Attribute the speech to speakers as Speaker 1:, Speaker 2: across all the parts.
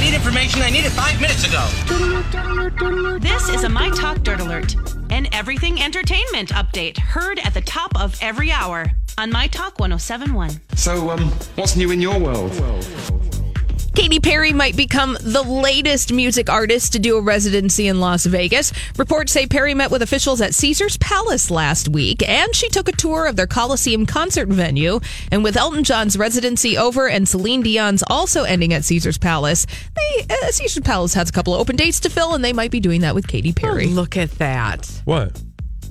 Speaker 1: need information. I need it five minutes ago.
Speaker 2: This is a My Talk Dirt Alert, an everything entertainment update heard at the top of every hour on My Talk 1071.
Speaker 3: So, um, what's new in your world?
Speaker 4: Katy Perry might become the latest music artist to do a residency in Las Vegas. Reports say Perry met with officials at Caesar's Palace last week, and she took a tour of their Coliseum concert venue. And with Elton John's residency over and Celine Dion's also ending at Caesar's Palace, they uh, Caesar's Palace has a couple of open dates to fill, and they might be doing that with Katy Perry.
Speaker 5: Look at that.
Speaker 6: What?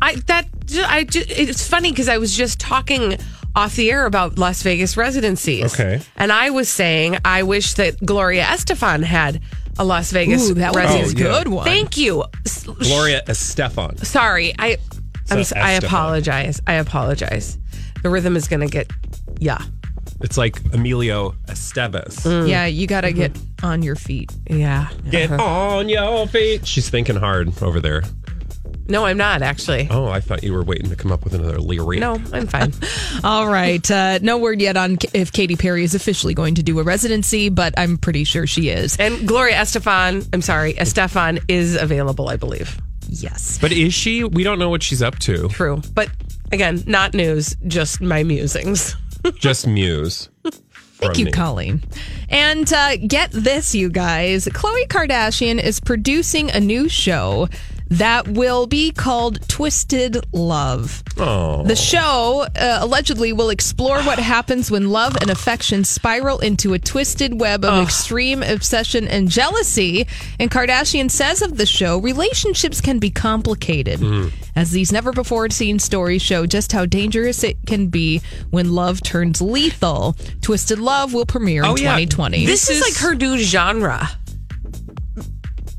Speaker 5: I that ju- I ju- it's funny because I was just talking off the air about Las Vegas residencies.
Speaker 6: Okay.
Speaker 5: And I was saying I wish that Gloria Estefan had a Las Vegas
Speaker 4: Ooh, that would be a
Speaker 5: residency.
Speaker 6: Oh, yeah.
Speaker 4: good one.
Speaker 5: Thank you. S-
Speaker 6: Gloria Estefan.
Speaker 5: Sorry. I I'm, s- I
Speaker 6: Estefan.
Speaker 5: apologize. I apologize. The rhythm is going to get yeah.
Speaker 6: It's like Emilio Estevez.
Speaker 5: Mm,
Speaker 4: Yeah, you got to get on your feet.
Speaker 5: Yeah.
Speaker 6: Get
Speaker 5: uh-huh.
Speaker 6: on your feet. She's thinking hard over there.
Speaker 5: No, I'm not actually.
Speaker 6: Oh, I thought you were waiting to come up with another lyric.
Speaker 5: No, I'm fine.
Speaker 4: All right. Uh, no word yet on K- if Katy Perry is officially going to do a residency, but I'm pretty sure she is.
Speaker 5: and Gloria Estefan, I'm sorry, Estefan is available, I believe.
Speaker 4: Yes.
Speaker 6: But is she? We don't know what she's up to.
Speaker 5: True. But again, not news, just my musings.
Speaker 6: Just muse.
Speaker 4: Thank you, Colleen. And uh, get this, you guys. Khloe Kardashian is producing a new show that will be called Twisted Love.
Speaker 6: Oh,
Speaker 4: The show uh, allegedly will explore what happens when love and affection spiral into a twisted web of extreme obsession and jealousy. And Kardashian says of the show, relationships can be complicated, as these never before seen stories show just how dangerous it can be when love turns lethal. Twisted Love will premiere
Speaker 6: Oh,
Speaker 4: in
Speaker 6: yeah.
Speaker 4: 2020.
Speaker 5: This, is, like her new genre.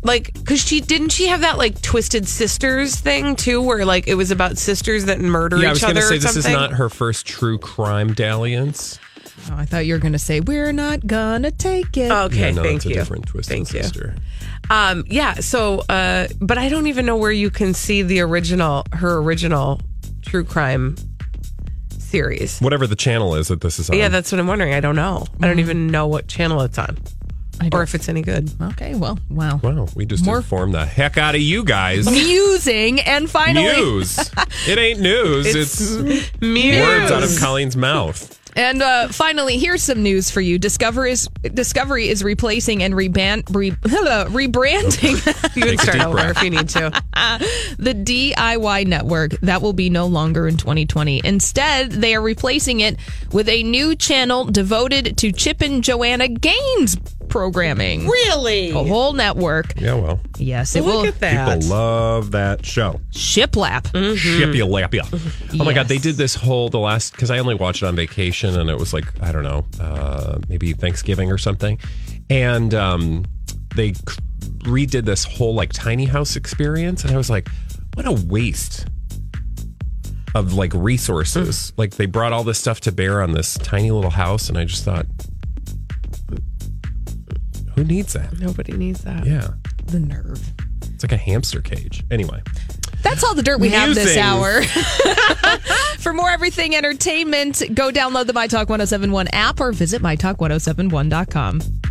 Speaker 5: Like, cause she didn't she have that like twisted sisters thing too, where like it was about sisters that murder
Speaker 6: yeah. I was
Speaker 5: each
Speaker 6: going
Speaker 5: other.
Speaker 6: to say
Speaker 5: or
Speaker 6: this is
Speaker 5: something?
Speaker 6: not her first true crime dalliance.
Speaker 4: Oh, I thought you were going to say, we're not going to take it.
Speaker 5: Okay,
Speaker 6: Yeah, no,
Speaker 5: thank
Speaker 6: that's
Speaker 5: you.
Speaker 6: a different Twisted
Speaker 5: thank you.
Speaker 6: Sister.
Speaker 5: Um, yeah. So, uh, but I don't even know where you can see the original, her original true crime series.
Speaker 6: Whatever the channel is that this is on.
Speaker 5: yeah, that's what I'm wondering. I don't know. I
Speaker 6: mm-hmm.
Speaker 5: don't even know what channel it's on,
Speaker 4: I
Speaker 5: or
Speaker 4: don't-
Speaker 5: if it's any good.
Speaker 4: okay, well, wow.
Speaker 6: wow. We just
Speaker 4: More-
Speaker 6: informed the heck out of you guys.
Speaker 4: Musing and finally.
Speaker 6: News. it ain't news. It's, words out of Colleen's mouth.
Speaker 4: And uh, finally, here's some news for you. Discover is Discovery is replacing and reban- re- rebranding
Speaker 5: You can
Speaker 6: Take a
Speaker 5: start
Speaker 6: deep
Speaker 5: over
Speaker 6: breath.
Speaker 5: if you need to.
Speaker 4: the DIY network. That will be no longer in 2020. Instead, they are replacing it with a new channel devoted to Chip and Joanna Gaines programming. Really? A whole network.
Speaker 6: Yeah, well,
Speaker 4: Yes, it
Speaker 5: Look
Speaker 4: will.
Speaker 5: at that.
Speaker 6: people love that show.
Speaker 4: Shiplap.
Speaker 6: Shippy lapia. Oh my
Speaker 4: Yes.
Speaker 6: god, they did this whole the last because I only watched it on vacation and it was like I don't know, uh, maybe Thanksgiving or something, and um, they c- redid this whole like tiny house experience, and I was like, what a waste of like resources. Like they brought all this stuff to bear on this tiny little house, and I just thought, who needs that?
Speaker 5: Nobody needs that.
Speaker 6: Yeah,
Speaker 4: The nerve.
Speaker 6: it's like a hamster cage. Anyway.
Speaker 4: That's all the dirt we have this
Speaker 6: Musings.
Speaker 4: hour. For more oh everything entertainment, go download the My Talk 1071 app or visit MyTalk1071.com.